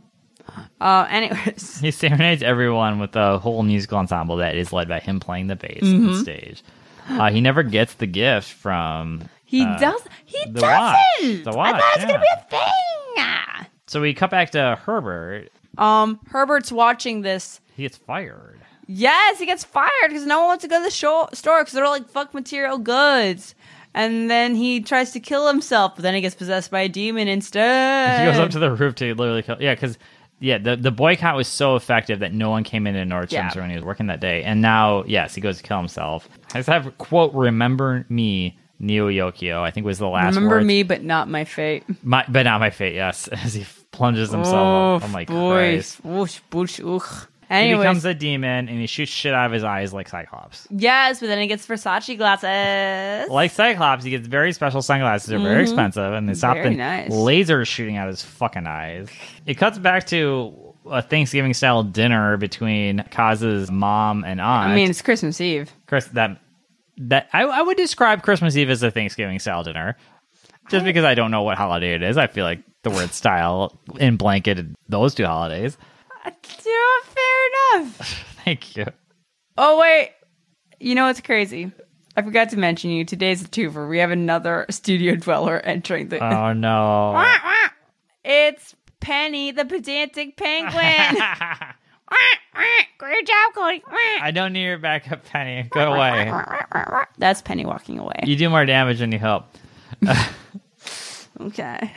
Uh, anyways,
He serenades everyone with a whole musical ensemble that is led by him playing the bass
Mm-hmm.
on stage. Uh, he never gets the gift from
he does. He
Uh, the
doesn't.
watch. The
I
watch,
thought it was gonna
yeah.
be a thing.
So we cut back to Herbert.
Um, Herbert's watching this.
He gets fired.
Yes, he gets fired because no one wants to go to the sho- store because they're all like fuck material goods. And then he tries to kill himself, but then he gets possessed by a demon instead.
He goes up to the roof to literally kill. Yeah, because yeah, the, the boycott was so effective that no one came into Nordstrom's
Yeah.
when he was working that day. And now, yes, he goes to kill himself. I just have quote remember me. Neo Yokio, I think was the last
Remember
words.
me, but not my fate.
My, but not my fate. Yes, as he plunges himself. I'm like, Christ.
Whoosh, boosh, ooch.
He
Oh, Anyways,
becomes a demon and he shoots shit out of his eyes like Cyclops.
yes, but then he gets Versace glasses.
Like Cyclops, he gets very special sunglasses. They're very expensive, and they stop
Mm-hmm. Very nice.
the lasers shooting out his fucking eyes. It cuts back to a Thanksgiving style dinner between Kaz's mom and aunt.
I mean, it's Christmas Eve.
Chris, that that I, I would describe Christmas Eve as a Thanksgiving style dinner, just because I don't know what holiday it is. I feel like the word style in blanketed those two holidays.
Uh, yeah, fair enough.
Thank you.
Oh wait, you know what's crazy? I forgot to mention you. Today's a twofer. We have another studio dweller entering the.
Oh no.
It's Penny, the pedantic penguin. Great job, Cody.
I don't need your backup penny. Go away.
That's Penny walking away.
You do more damage than you help.
Okay.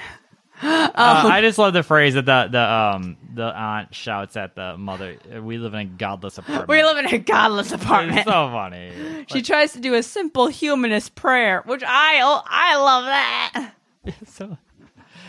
Uh, I just love the phrase that the the um the aunt shouts at the mother. We live in a godless apartment.
We live in a godless
It's
apartment.
so funny.
She tries to do a simple humanist prayer, which I oh, I love that.
so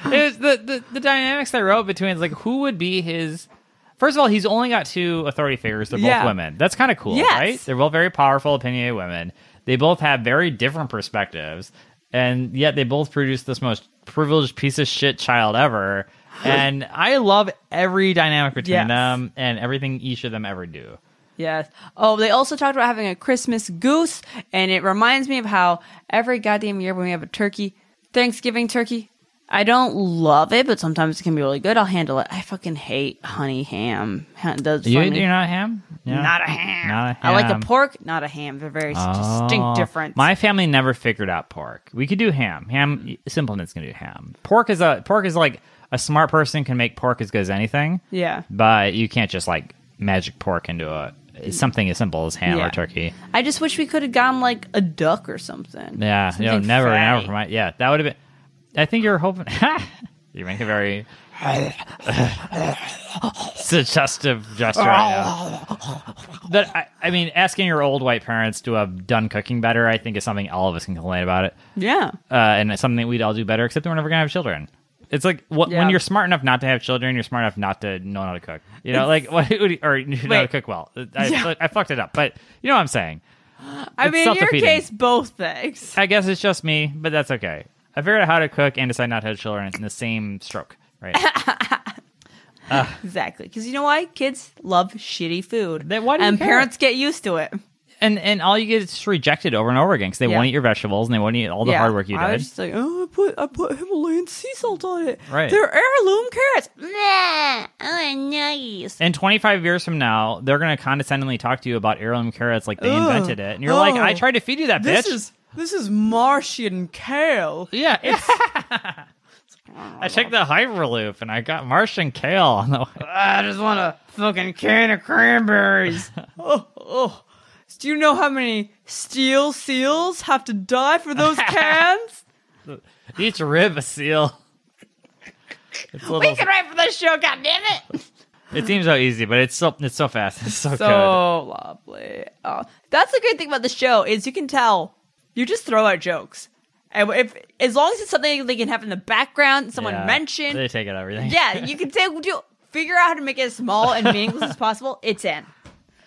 it was the, the the dynamics that wrote between it's like who would be his first of all he's only got two authority figures they're both
Yeah.
women that's kind of cool
Yes.
right they're both very powerful opinionated women they both have very different perspectives and yet they both produce this most privileged piece of shit child ever and i love every dynamic between
Yes.
them and everything each of them ever do
Yes. Oh, they also talked about having a Christmas goose, and it reminds me of how every goddamn year when we have a turkey, Thanksgiving turkey, I don't love it, but sometimes it can be really good. I'll handle it. I fucking hate honey ham. Ha- Those
you,
for me.
you're not ham Yeah.
Not a ham.
Not a
I like
ham.
a pork, not a ham. They're very s-
Oh.
distinct difference.
My family never figured out pork. We could do ham. Ham. Simpleton's gonna do ham. Pork is a pork is like a smart person can make pork as good as anything,
Yeah.
but you can't just like magic pork into a something as simple as ham
Yeah.
or turkey.
I just wish we could have gone like a duck or something.
Yeah, no,
Something
never,
fatty.
never. For my, yeah, that would have been. I think you're hoping. you make a very suggestive gesture. Right now. That I, I mean, asking your old white parents to have done cooking better, I think, is something all of us can complain about it,
Yeah.
uh, and it's something we'd all do better. Except we're never gonna have children. It's like what,
Yeah.
when you're smart enough not to have children, you're smart enough not to know how to cook. You know, like what, or you know how to
Wait.
cook well. I,
Yeah.
I fucked it up, but you know what I'm saying.
I
It's
mean, in your
self-defeating.
case, both things.
I guess it's just me, but that's okay. I figured out how to cook and decide not to have children in the same stroke, right?
Exactly. Because you know why? Kids love shitty food.
Then why do you
and
care?
parents get used to it.
and and all you get is just rejected over and over again because they
Yeah.
won't eat your vegetables and they won't eat all the
yeah.
hard work you
I
did.
was just like, oh, I put, I put Himalayan sea salt on it.
Right.
They're heirloom carrots. Nah. Oh, nice.
And 25 years from now, they're going to condescendingly talk to you about heirloom carrots like they
Ugh.
invented it. And you're like,
Oh.
I tried to feed you that
This
bitch.
is this is Martian kale.
yeah. It's- I took the Hyperloop and I got Martian kale on the way.
I just want a fucking can of cranberries. oh, oh. Do you know how many steel seals have to die for those cans?
Each rib a seal. It's a
we
little,
can write for this show, goddammit!
it seems so easy, but it's so it's so fast. It's
So
so, good.
lovely. Oh, that's the great thing about the show is you can tell you just throw out jokes, and if as long as it's something they can have in the background, someone
Yeah,
mentioned,
They take it everything.
yeah, you can take do figure out how to make it as small and meaningless as possible. It's in.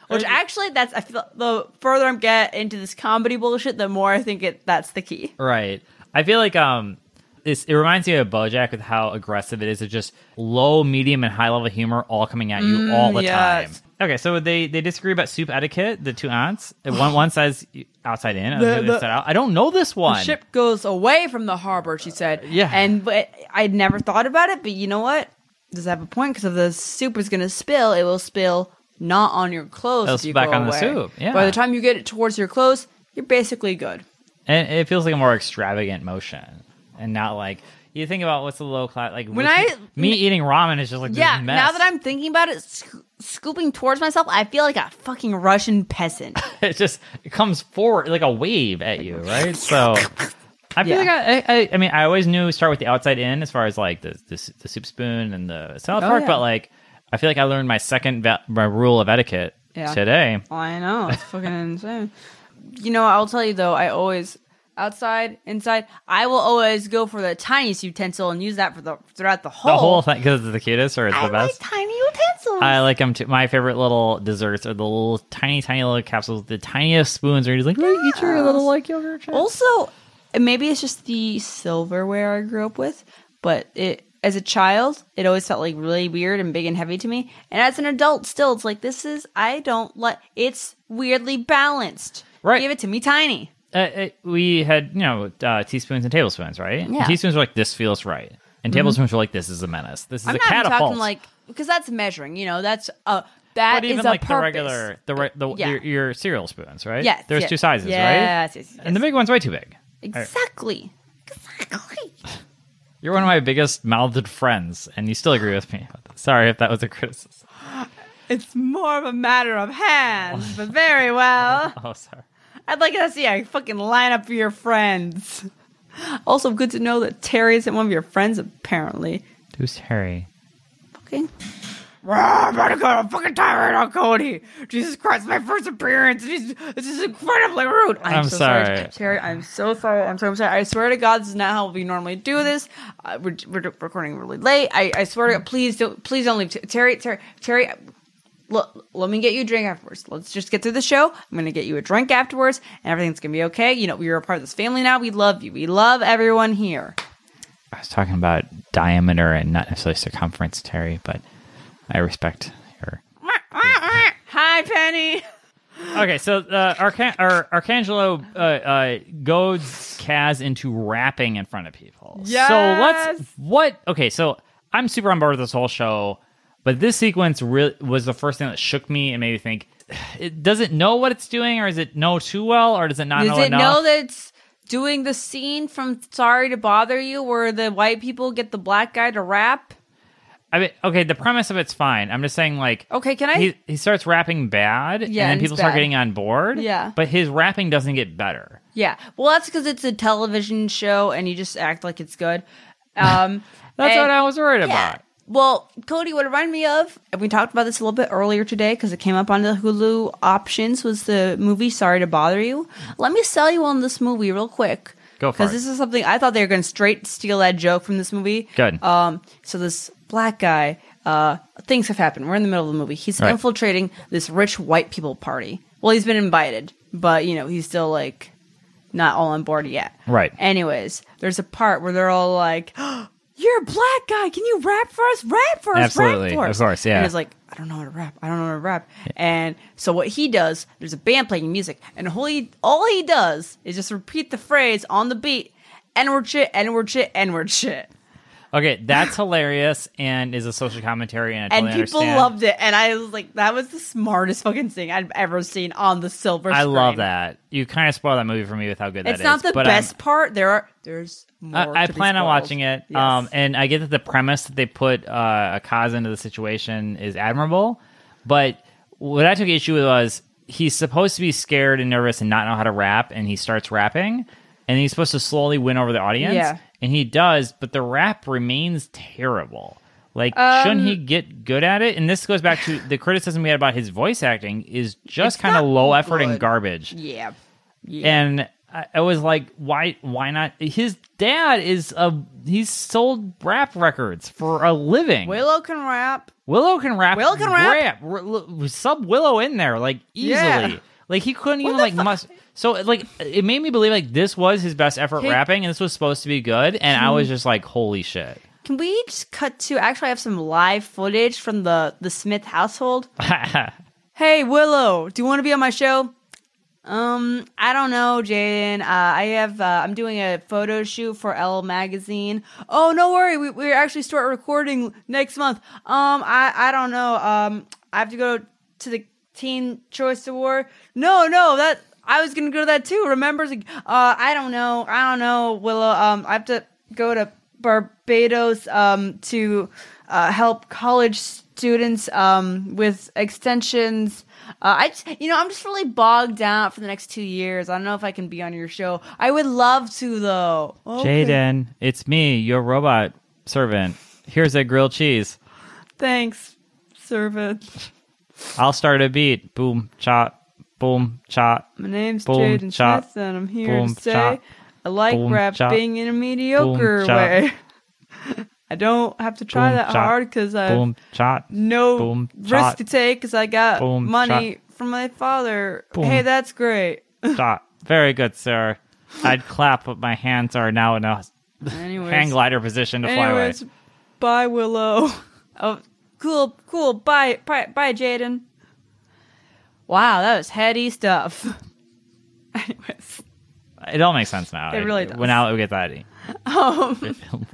Which actually, that's I feel the further I'm get into this comedy bullshit, the more I think it that's the key.
Right. I feel like um it's, it reminds me of BoJack with how aggressive it is. It's just low, medium, and high level humor all coming at you all the
Mm, yes.
time. Okay, so they they disagree about soup etiquette. The two aunts. One one says outside in, the,
the-
other said out. I don't know this one.
The ship goes away from the harbor, she said.
yeah.
and but I'd never thought about it, but you know what? Does have a point because if the soup is going to spill, it will spill not on your clothes.
It'll
if you
back
go
on the
away.
soup, yeah.
By the time you get it towards your clothes, you're basically good.
and it feels like a more extravagant motion, and not like you think about what's the low class like.
When
what's-
I-
me eating ramen is just like
Yeah,
This mess.
now that I'm thinking about it, sc- scooping towards myself, I feel like a fucking Russian peasant.
it just it comes forward like a wave at you, right? So I feel
Yeah.
like I, I I mean I always knew start with the outside in as far as like the the, the soup spoon and the salad
Oh,
fork,
yeah.
but like I feel like I learned my second va- my rule of etiquette
Yeah.
today.
I know it's fucking insane. You know, I'll tell you though, I always outside, inside, I will always go for the tiniest utensil and use that for the throughout the whole.
The whole thing because it's the cutest or it's
I
the
like
best.
tiny utensils.
I like them too. My favorite little desserts are the little tiny, tiny little capsules, the tiniest spoons. Are just like "Look, eat your little like yogurt? chips."
also, maybe it's just the silverware I grew up with, but it as a child, it always felt like really weird and big and heavy to me. And as an adult, still, it's like this is I don't like. It's weirdly balanced.
Right.
give it to me tiny.
uh, it, we had you know uh, teaspoons and tablespoons, right?
Yeah. Mm-hmm.
Teaspoons were like this feels right, and tablespoons were like this is a menace. This is
I'm
a
not even
catapult.
talking like because that's measuring. You know, that's a that
but
is
even
a
like the
purpose.
regular, the, re- the
Yeah.
your, your cereal spoons, right?
Yes,
There's
yes.
two sizes, right?
Yes, yes, yes.
And the big one's way too big.
exactly, exactly.
You're one of my biggest mouthed friends, and you still agree with me. Sorry if that was a criticism.
It's more of a matter of hands, but very well.
Oh, sorry.
I'd like to see a fucking line up for your friends. Also, good to know that Terry isn't one of your friends, apparently.
Who's Harry?
Fucking. I'm fucking tired on Cody. Jesus Christ, my first appearance. This is incredibly rude. I'm,
I'm
so sorry.
sorry.
Terry. I'm so sorry. I'm sorry. I'm sorry. I swear to God, this is not how we normally do this. Uh, we're, we're recording really late. I, I swear to God, please don't, please don't leave. T- Terry, Terry, Terry. Look, let me get you a drink afterwards. Let's just get through the show. I'm gonna get you a drink afterwards, and everything's gonna be okay. You know, you're a part of this family now. We love you. We love everyone here.
I was talking about diameter and not necessarily circumference, Terry, but I respect your
Hi, Penny.
Okay, so uh, Arca- or Arcangelo uh, uh, goads Kaz into rapping in front of people. So let's
Yes!
what? Okay, so I'm super on board with this whole show, but this sequence really was the first thing that shook me and made me think: it, does it know what it's doing, or is it know too well, or does it not
Does
know
it
enough?
know that it's doing the scene from Sorry to Bother You where the white people get the black guy to rap.
I mean, okay, the premise of it's fine. I'm just saying, like,
Okay, can I?
he, he starts rapping bad,
Yeah,
and then
and it's
people start
bad.
getting on board.
Yeah.
but his rapping doesn't get better.
yeah. Well, that's because it's a television show and you just act like it's good. Um,
That's
and-
what I was worried about.
Well, Cody, what it reminded me of, and we talked about this a little bit earlier today because it came up on the Hulu options, was the movie Sorry to Bother You. Let me sell you on this movie real quick.
Go for
Because
it.
this is something I thought they were going to straight steal that joke from this movie.
Good.
Um, so this black guy, uh, things have happened. We're in the middle of the movie. He's
Right.
infiltrating this rich white people party. Well, he's been invited, but, you know, he's still like not all on board yet.
Right.
Anyways, there's a part where they're all like, "You're a black guy. Can you rap for us? Rap for us.
Absolutely.
Rap for
Of
us."
course, yeah.
And he's like, "I don't know how to rap. I don't know how to rap." And so what he does, there's a band playing music, and all he, all he does is just repeat the phrase on the beat, "N-word shit, N-word shit, N-word shit,"
Okay, that's hilarious and is a social commentary, and I
and
totally
people
understand.
loved it. And I was like, "That was the smartest fucking thing I've ever seen on the silver."
I love
screen.
that. You kind of spoiled that movie for me with how good that
It's
is.
not the
but I'm-
best part. There are there's more.
I, I
to be
plan on
spoiled.
watching it.
Yes.
Um, and I get that the premise that they put uh, a cause into the situation is admirable, but what I took issue with was he's supposed to be scared and nervous and not know how to rap, and he starts rapping, and he's supposed to slowly win over the audience,
Yeah.
and he does, but the rap remains terrible. Like, shouldn't
Um,
he get good at it? And this goes back to the criticism we had about his voice acting is just
It's
kind of
not
low effort
good.
and garbage
yeah.
and I, I was like, why? Why not? His dad is a he's sold rap records for a living.
Willow can rap.
Willow can rap.
Willow can rap?
R- l- sub Willow in there like easily.
Yeah.
Like he couldn't even
the
like
fu-
must. So like it made me believe like this was his best effort
Hey-
rapping and this was supposed to be good and I was just like holy shit.
Can we just cut to? Actually, I have some live footage from the the Smith household. hey, Willow, do you want to be on my show? Um, I don't know, Jaden. Uh, I have uh, I'm doing a photo shoot for L magazine. Oh, no worry, we we actually start recording next month. Um, I I don't know. Um, I have to go to the Teen Choice Award. No, no, that I was gonna go to that too. Remember? It's like, Uh, I don't know. I don't know, Willow. Um, I have to go to Barbados um to uh, help college students um with extensions. Uh, I, just, you know, I'm just really bogged down for the next two years. I don't know if I can be on your show. I would love to, though. Okay.
Jaden, it's me, your robot servant. Here's a grilled cheese.
thanks, servant.
I'll start a beat. Boom, chop. Boom, chop.
My name's
Boom,
Jaden
chop.
Smith, and I'm here
Boom,
to say
chop.
I like
Boom, chop.
rapping in a mediocre
chop.
way. I don't have to try
Boom,
that
chop.
hard because I have
Boom, chop.
no
Boom,
risk
chop.
to take because I got
Boom,
money from my father.
Boom.
Hey, that's great.
Dot. Very good, sir. I'd clap, but my hands are now in a
Anyways,
hang glider position to fly away.
Anyways, bye Willow. Oh, cool, cool. Bye, bye, bye, Jaden. Wow, that was heady stuff. Anyways,
It all makes sense now.
It really does.
When now we get that.
um,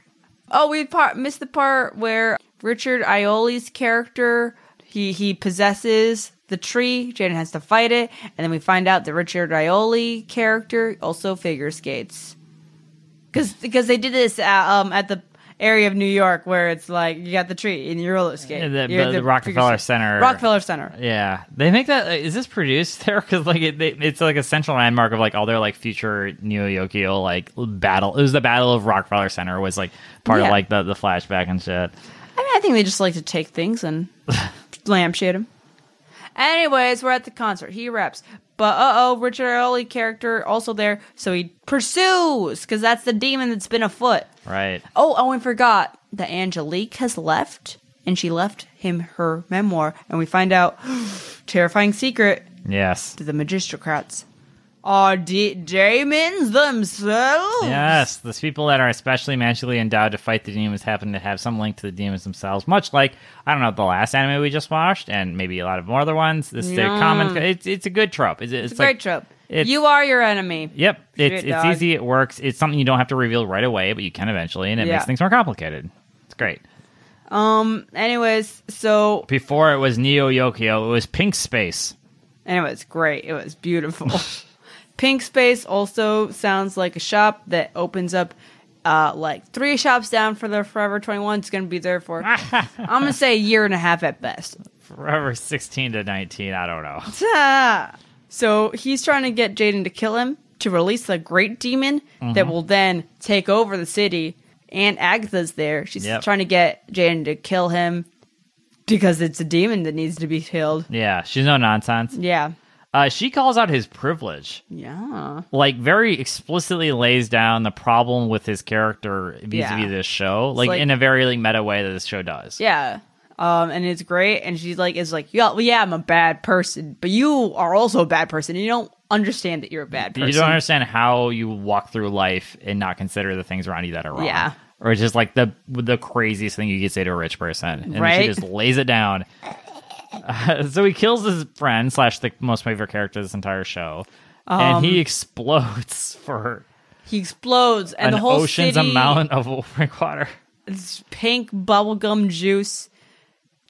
oh, we par- missed the part where Richard Ioli's character he he possesses the tree. Jaden has to fight it, and then we find out that Richard Ioli character also figure skates. Because because they did this uh, um, at the area of New York where it's like you got the tree and you roller skate.
The,
You're
the, the
figure
Rockefeller
skater.
Center.
Rockefeller Center.
Yeah, they make that. uh, Is this produced there? Because like it, they, it's like a central landmark of like all their like future Neo Yokio like battle. It was the Battle of Rockefeller Center was like part
Yeah.
of like the the flashback and shit.
I mean, I think they just like to take things and lampshade them. Anyways, we're at the concert. He raps. But uh oh, Richard Early character also there, so he pursues because that's the demon that's been afoot.
Right.
Oh, oh, and forgot that Angelique has left, and she left him her memoir, and we find out terrifying secret
Yes.
that the magistrocrats are de- demons themselves.
Yes, those people that are especially magically endowed to fight the demons happen to have some link to the demons themselves, much like I don't know the last anime we just watched, and maybe a lot of more other ones. This is a common. It's it's a good trope. It's,
it's a great trope.
it's-
You are your enemy.
Yep, it's
Shit,
it's
dog.
easy. It works. It's something you don't have to reveal right away, but you can eventually, and it
Yeah.
makes things more complicated. It's great.
Anyways, so
Before it was Neo Yokio, it was Pink Space.
And it was great. It was beautiful. Pink Space also sounds like a shop that opens up uh, like three shops down for the Forever 21. It's going to be there for, I'm going to say a year and a half at best.
Forever 16 to 19, I don't know.
Ta! So he's trying to get Jaden to kill him to release the great demon that will then take over the city. And Agatha's there. She's
Yep.
trying to get Jaden to kill him because it's a demon that needs to be killed.
Yeah, she's no nonsense.
Yeah.
Uh, she calls out his privilege,
Yeah.
like very explicitly lays down the problem with his character vis-a-vis
Yeah.
this show, like,
like-
in a very like meta way that this show does.
Yeah. Um, and it's great. And she's like, is like, yeah, well, yeah, I'm a bad person, but you are also a bad person. And you don't understand that you're a bad person.
You don't understand how you walk through life and not consider the things around you that are wrong.
Yeah.
Or it's just like the the craziest thing you could say to a rich person. And then
Right?
she just lays it down. Uh, so he kills his friend, slash the most favorite character of this entire show. and
Um,
he explodes for
He explodes, and
an
the whole
ocean's
city
amount of drink water.
is pink bubblegum juice.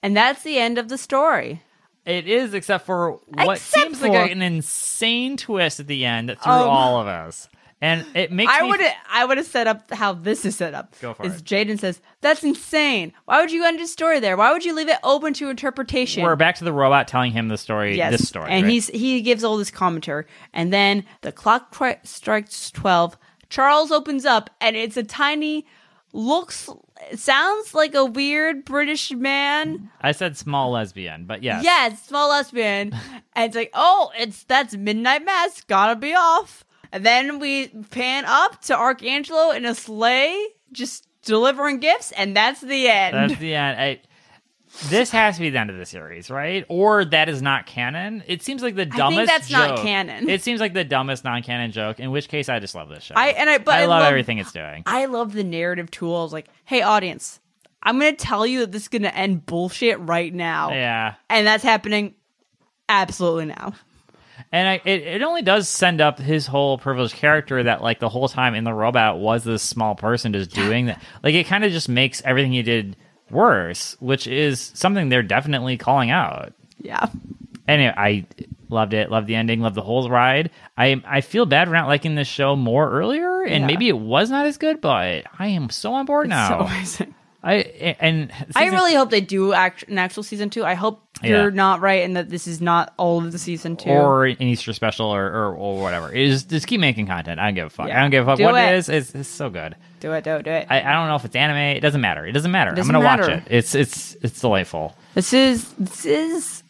And that's the end of the story.
It is, except for what
Except
seems
for-
like an insane twist at the end that threw
Um,
all of us. And it makes
I
me
would I would have set up how this is set up.
Go for
is
it.
Jaden says, "That's insane. Why would you end a story there? Why would you leave it open to interpretation?"
we're back to the robot telling him the story. This story,
And
right?
he's he gives all this commentary, and then the clock tri- strikes twelve. Charles opens up, and it's a tiny, looks, sounds like a weird British man.
I said small lesbian, but yes.
Yes, small lesbian. and it's like, oh, it's that's midnight mass. Gotta be off. And then we pan up to Archangelo in a sleigh, just delivering gifts, and that's the end.
That's the end. I, this has to be the end of the series, right? Or that is not canon. It seems like the dumbest.
that's not
joke.
canon.
It seems like the dumbest non-canon joke. In which case, I just love this show.
I and I but
I
I
love
love-
everything it's doing.
I love the narrative tools. Like, hey, audience, I'm gonna tell you that this is gonna end bullshit right now,
yeah,
and that's happening absolutely now.
and I, it it only does send up his whole privileged character that like the whole time in the robot was this small person just doing that. Like it kind of just makes everything he did worse, which is something they're definitely calling out.
Yeah,
anyway, I loved it. Loved the ending. Loved the whole ride. I I feel bad for not liking this show more earlier, and
Yeah.
maybe it was not as good, but I am so on board
so
now.
amazing.
I and
I
season-
really hope they do act- an actual season two. I hope you're
Yeah.
not right and that this is not all of the season two.
or an Easter special or or, or whatever. It is just keep making content. I don't give a fuck.
Yeah.
I don't give a fuck
Do
what
it.
it is. It's, it's so good.
do it, do it, do it.
I, I don't know if it's anime. It doesn't matter. It doesn't matter.
doesn't
I'm gonna
matter.
watch it. It's it's it's delightful.
This is this is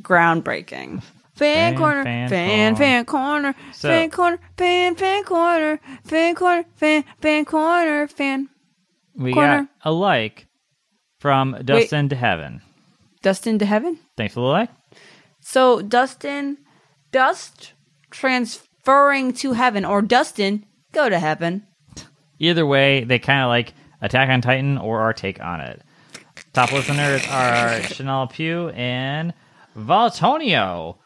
groundbreaking. Fan,
Fan,
corner, fan,
fan,
fan,
corner.
corner,
So-
fan corner, fan, fan corner, fan corner, fan, fan corner, fan.
We
Corner.
got a like from Dustin to Heaven.
Dustin to heaven.
Thanks for the like.
So Dustin, dust transferring to heaven, or Dustin go to heaven.
either way, they kind of like Attack on Titan or our take on it. Top listeners are Chanel Pugh and Valtonio.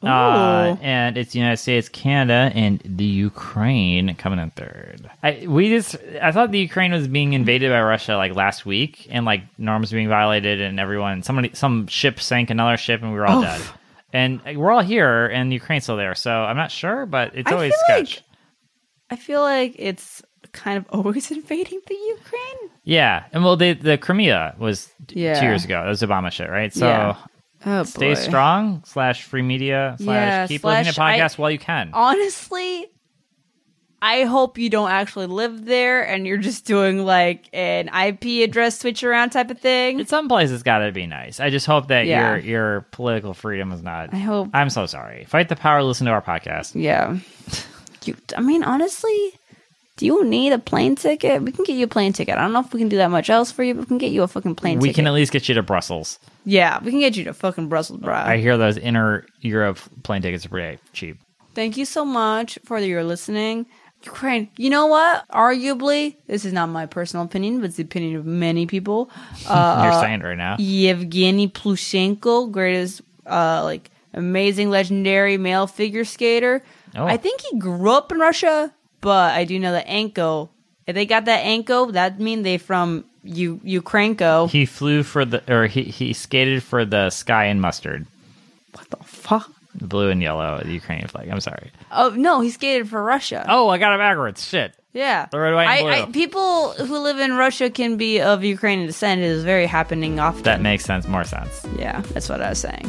Uh,
Ooh.
and it's the United States, Canada, and the Ukraine coming in third. I we just I thought the Ukraine was being invaded by Russia like last week, and like norms being violated, and everyone somebody some ship sank another ship, and we were all
Oh.
dead. And uh, we're all here, and Ukraine's still there. So I'm not sure, but it's
I
always
feel like-
sketch.
I feel like it's kind of always invading the Ukraine.
Yeah, and well, the the Crimea was t-
Yeah.
two years ago. That was Obama shit, right? So
Yeah. Oh
stay
boy.
strong slash free media slash
Yeah,
keep listening to
slash I-
podcasts while you can.
honestly, I hope you don't actually live there and you're just doing like an IP address switch around type of thing.
In some places, got to be nice. I just hope that
Yeah.
your your political freedom is not.
I hope-
I'm so sorry. Fight the power. Listen to our podcast.
yeah. You, I mean, honestly, do you need a plane ticket? We can get you a plane ticket. I don't know if we can do that much else for you, but we can get you a fucking plane
We
ticket.
can at least get you to Brussels.
yeah, we can get you to fucking Brussels, bro.
I hear those inner Europe plane tickets are pretty cheap.
Thank you so much for your listening. Ukraine, you know what? Arguably, this is not my personal opinion, but it's the opinion of many people. Uh,
You're saying it right now.
Yevgeny Plushenko, greatest, uh, like amazing, legendary male figure skater.
Oh.
I think he grew up in Russia, but I do know that Anko. If they got that Anko, that mean they from U- Ukrainko.
He flew for the or he he skated for the sky and mustard.
what the fuck?
Blue and yellow, the Ukrainian flag. I'm sorry.
Oh no, he skated for Russia.
Oh, I got it backwards. Shit.
Yeah.
The red, white, and
I, I,
blue.
people who live in Russia can be of Ukrainian descent. It is very happening often.
That makes sense. More sense.
yeah, that's what I was saying.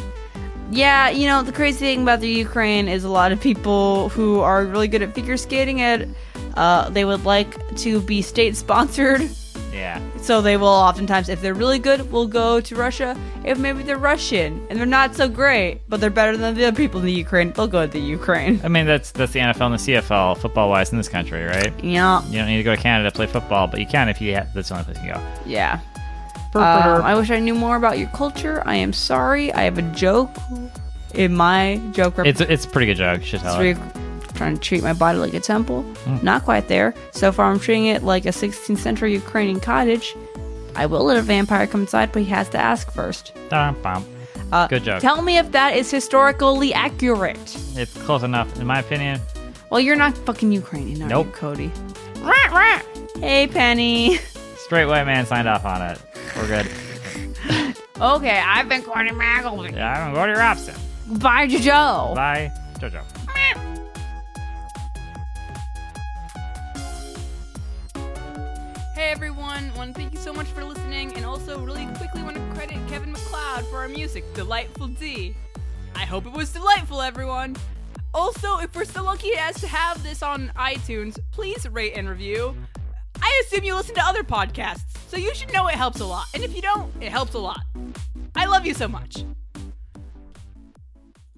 Yeah, you know, the crazy thing about the Ukraine is a lot of people who are really good at figure skating at uh, they would like to be state sponsored.
Yeah.
So they will oftentimes, if they're really good, will go to Russia. If maybe they're Russian and they're not so great, but they're better than the other people in the Ukraine, they'll go to the Ukraine.
I mean, that's that's the NFL and the CFL football wise in this country, right?
Yeah,
You don't need to go to Canada to play football, but you can if you have. That's the only place you can go.
yeah.
Burp,
Um,
burp.
I wish I knew more about your culture. I am sorry. I have a joke in my joke. Rep-
it's it's a pretty good joke. You should tell
three,
it.
trying to treat my body like a temple.
Hmm.
Not quite there. So far, I'm treating it like a 16th century Ukrainian cottage. I will let a vampire come inside, but he has to ask first.
Dum, bum.
Uh,
Good joke.
Tell me if that is historically accurate.
It's close enough, in my opinion.
Well, you're not fucking Ukrainian, are you,
Nope.
Cody? Rah, rah. Hey, Penny.
Straight white man signed off on it. We're good.
Okay, I've been Corny Maggle.
yeah, I'm Gordy Robson.
Bye, Jojo.
Bye, JoJo.
Hey everyone, want to thank you so much for listening and also really quickly want to credit Kevin McLeod for our music, Delightful D. I hope it was delightful, everyone. Also, if we're so lucky as to have this on iTunes, please rate and review. I assume you listen to other podcasts, so you should know it helps a lot. And if you don't, it helps a lot. I love you so much.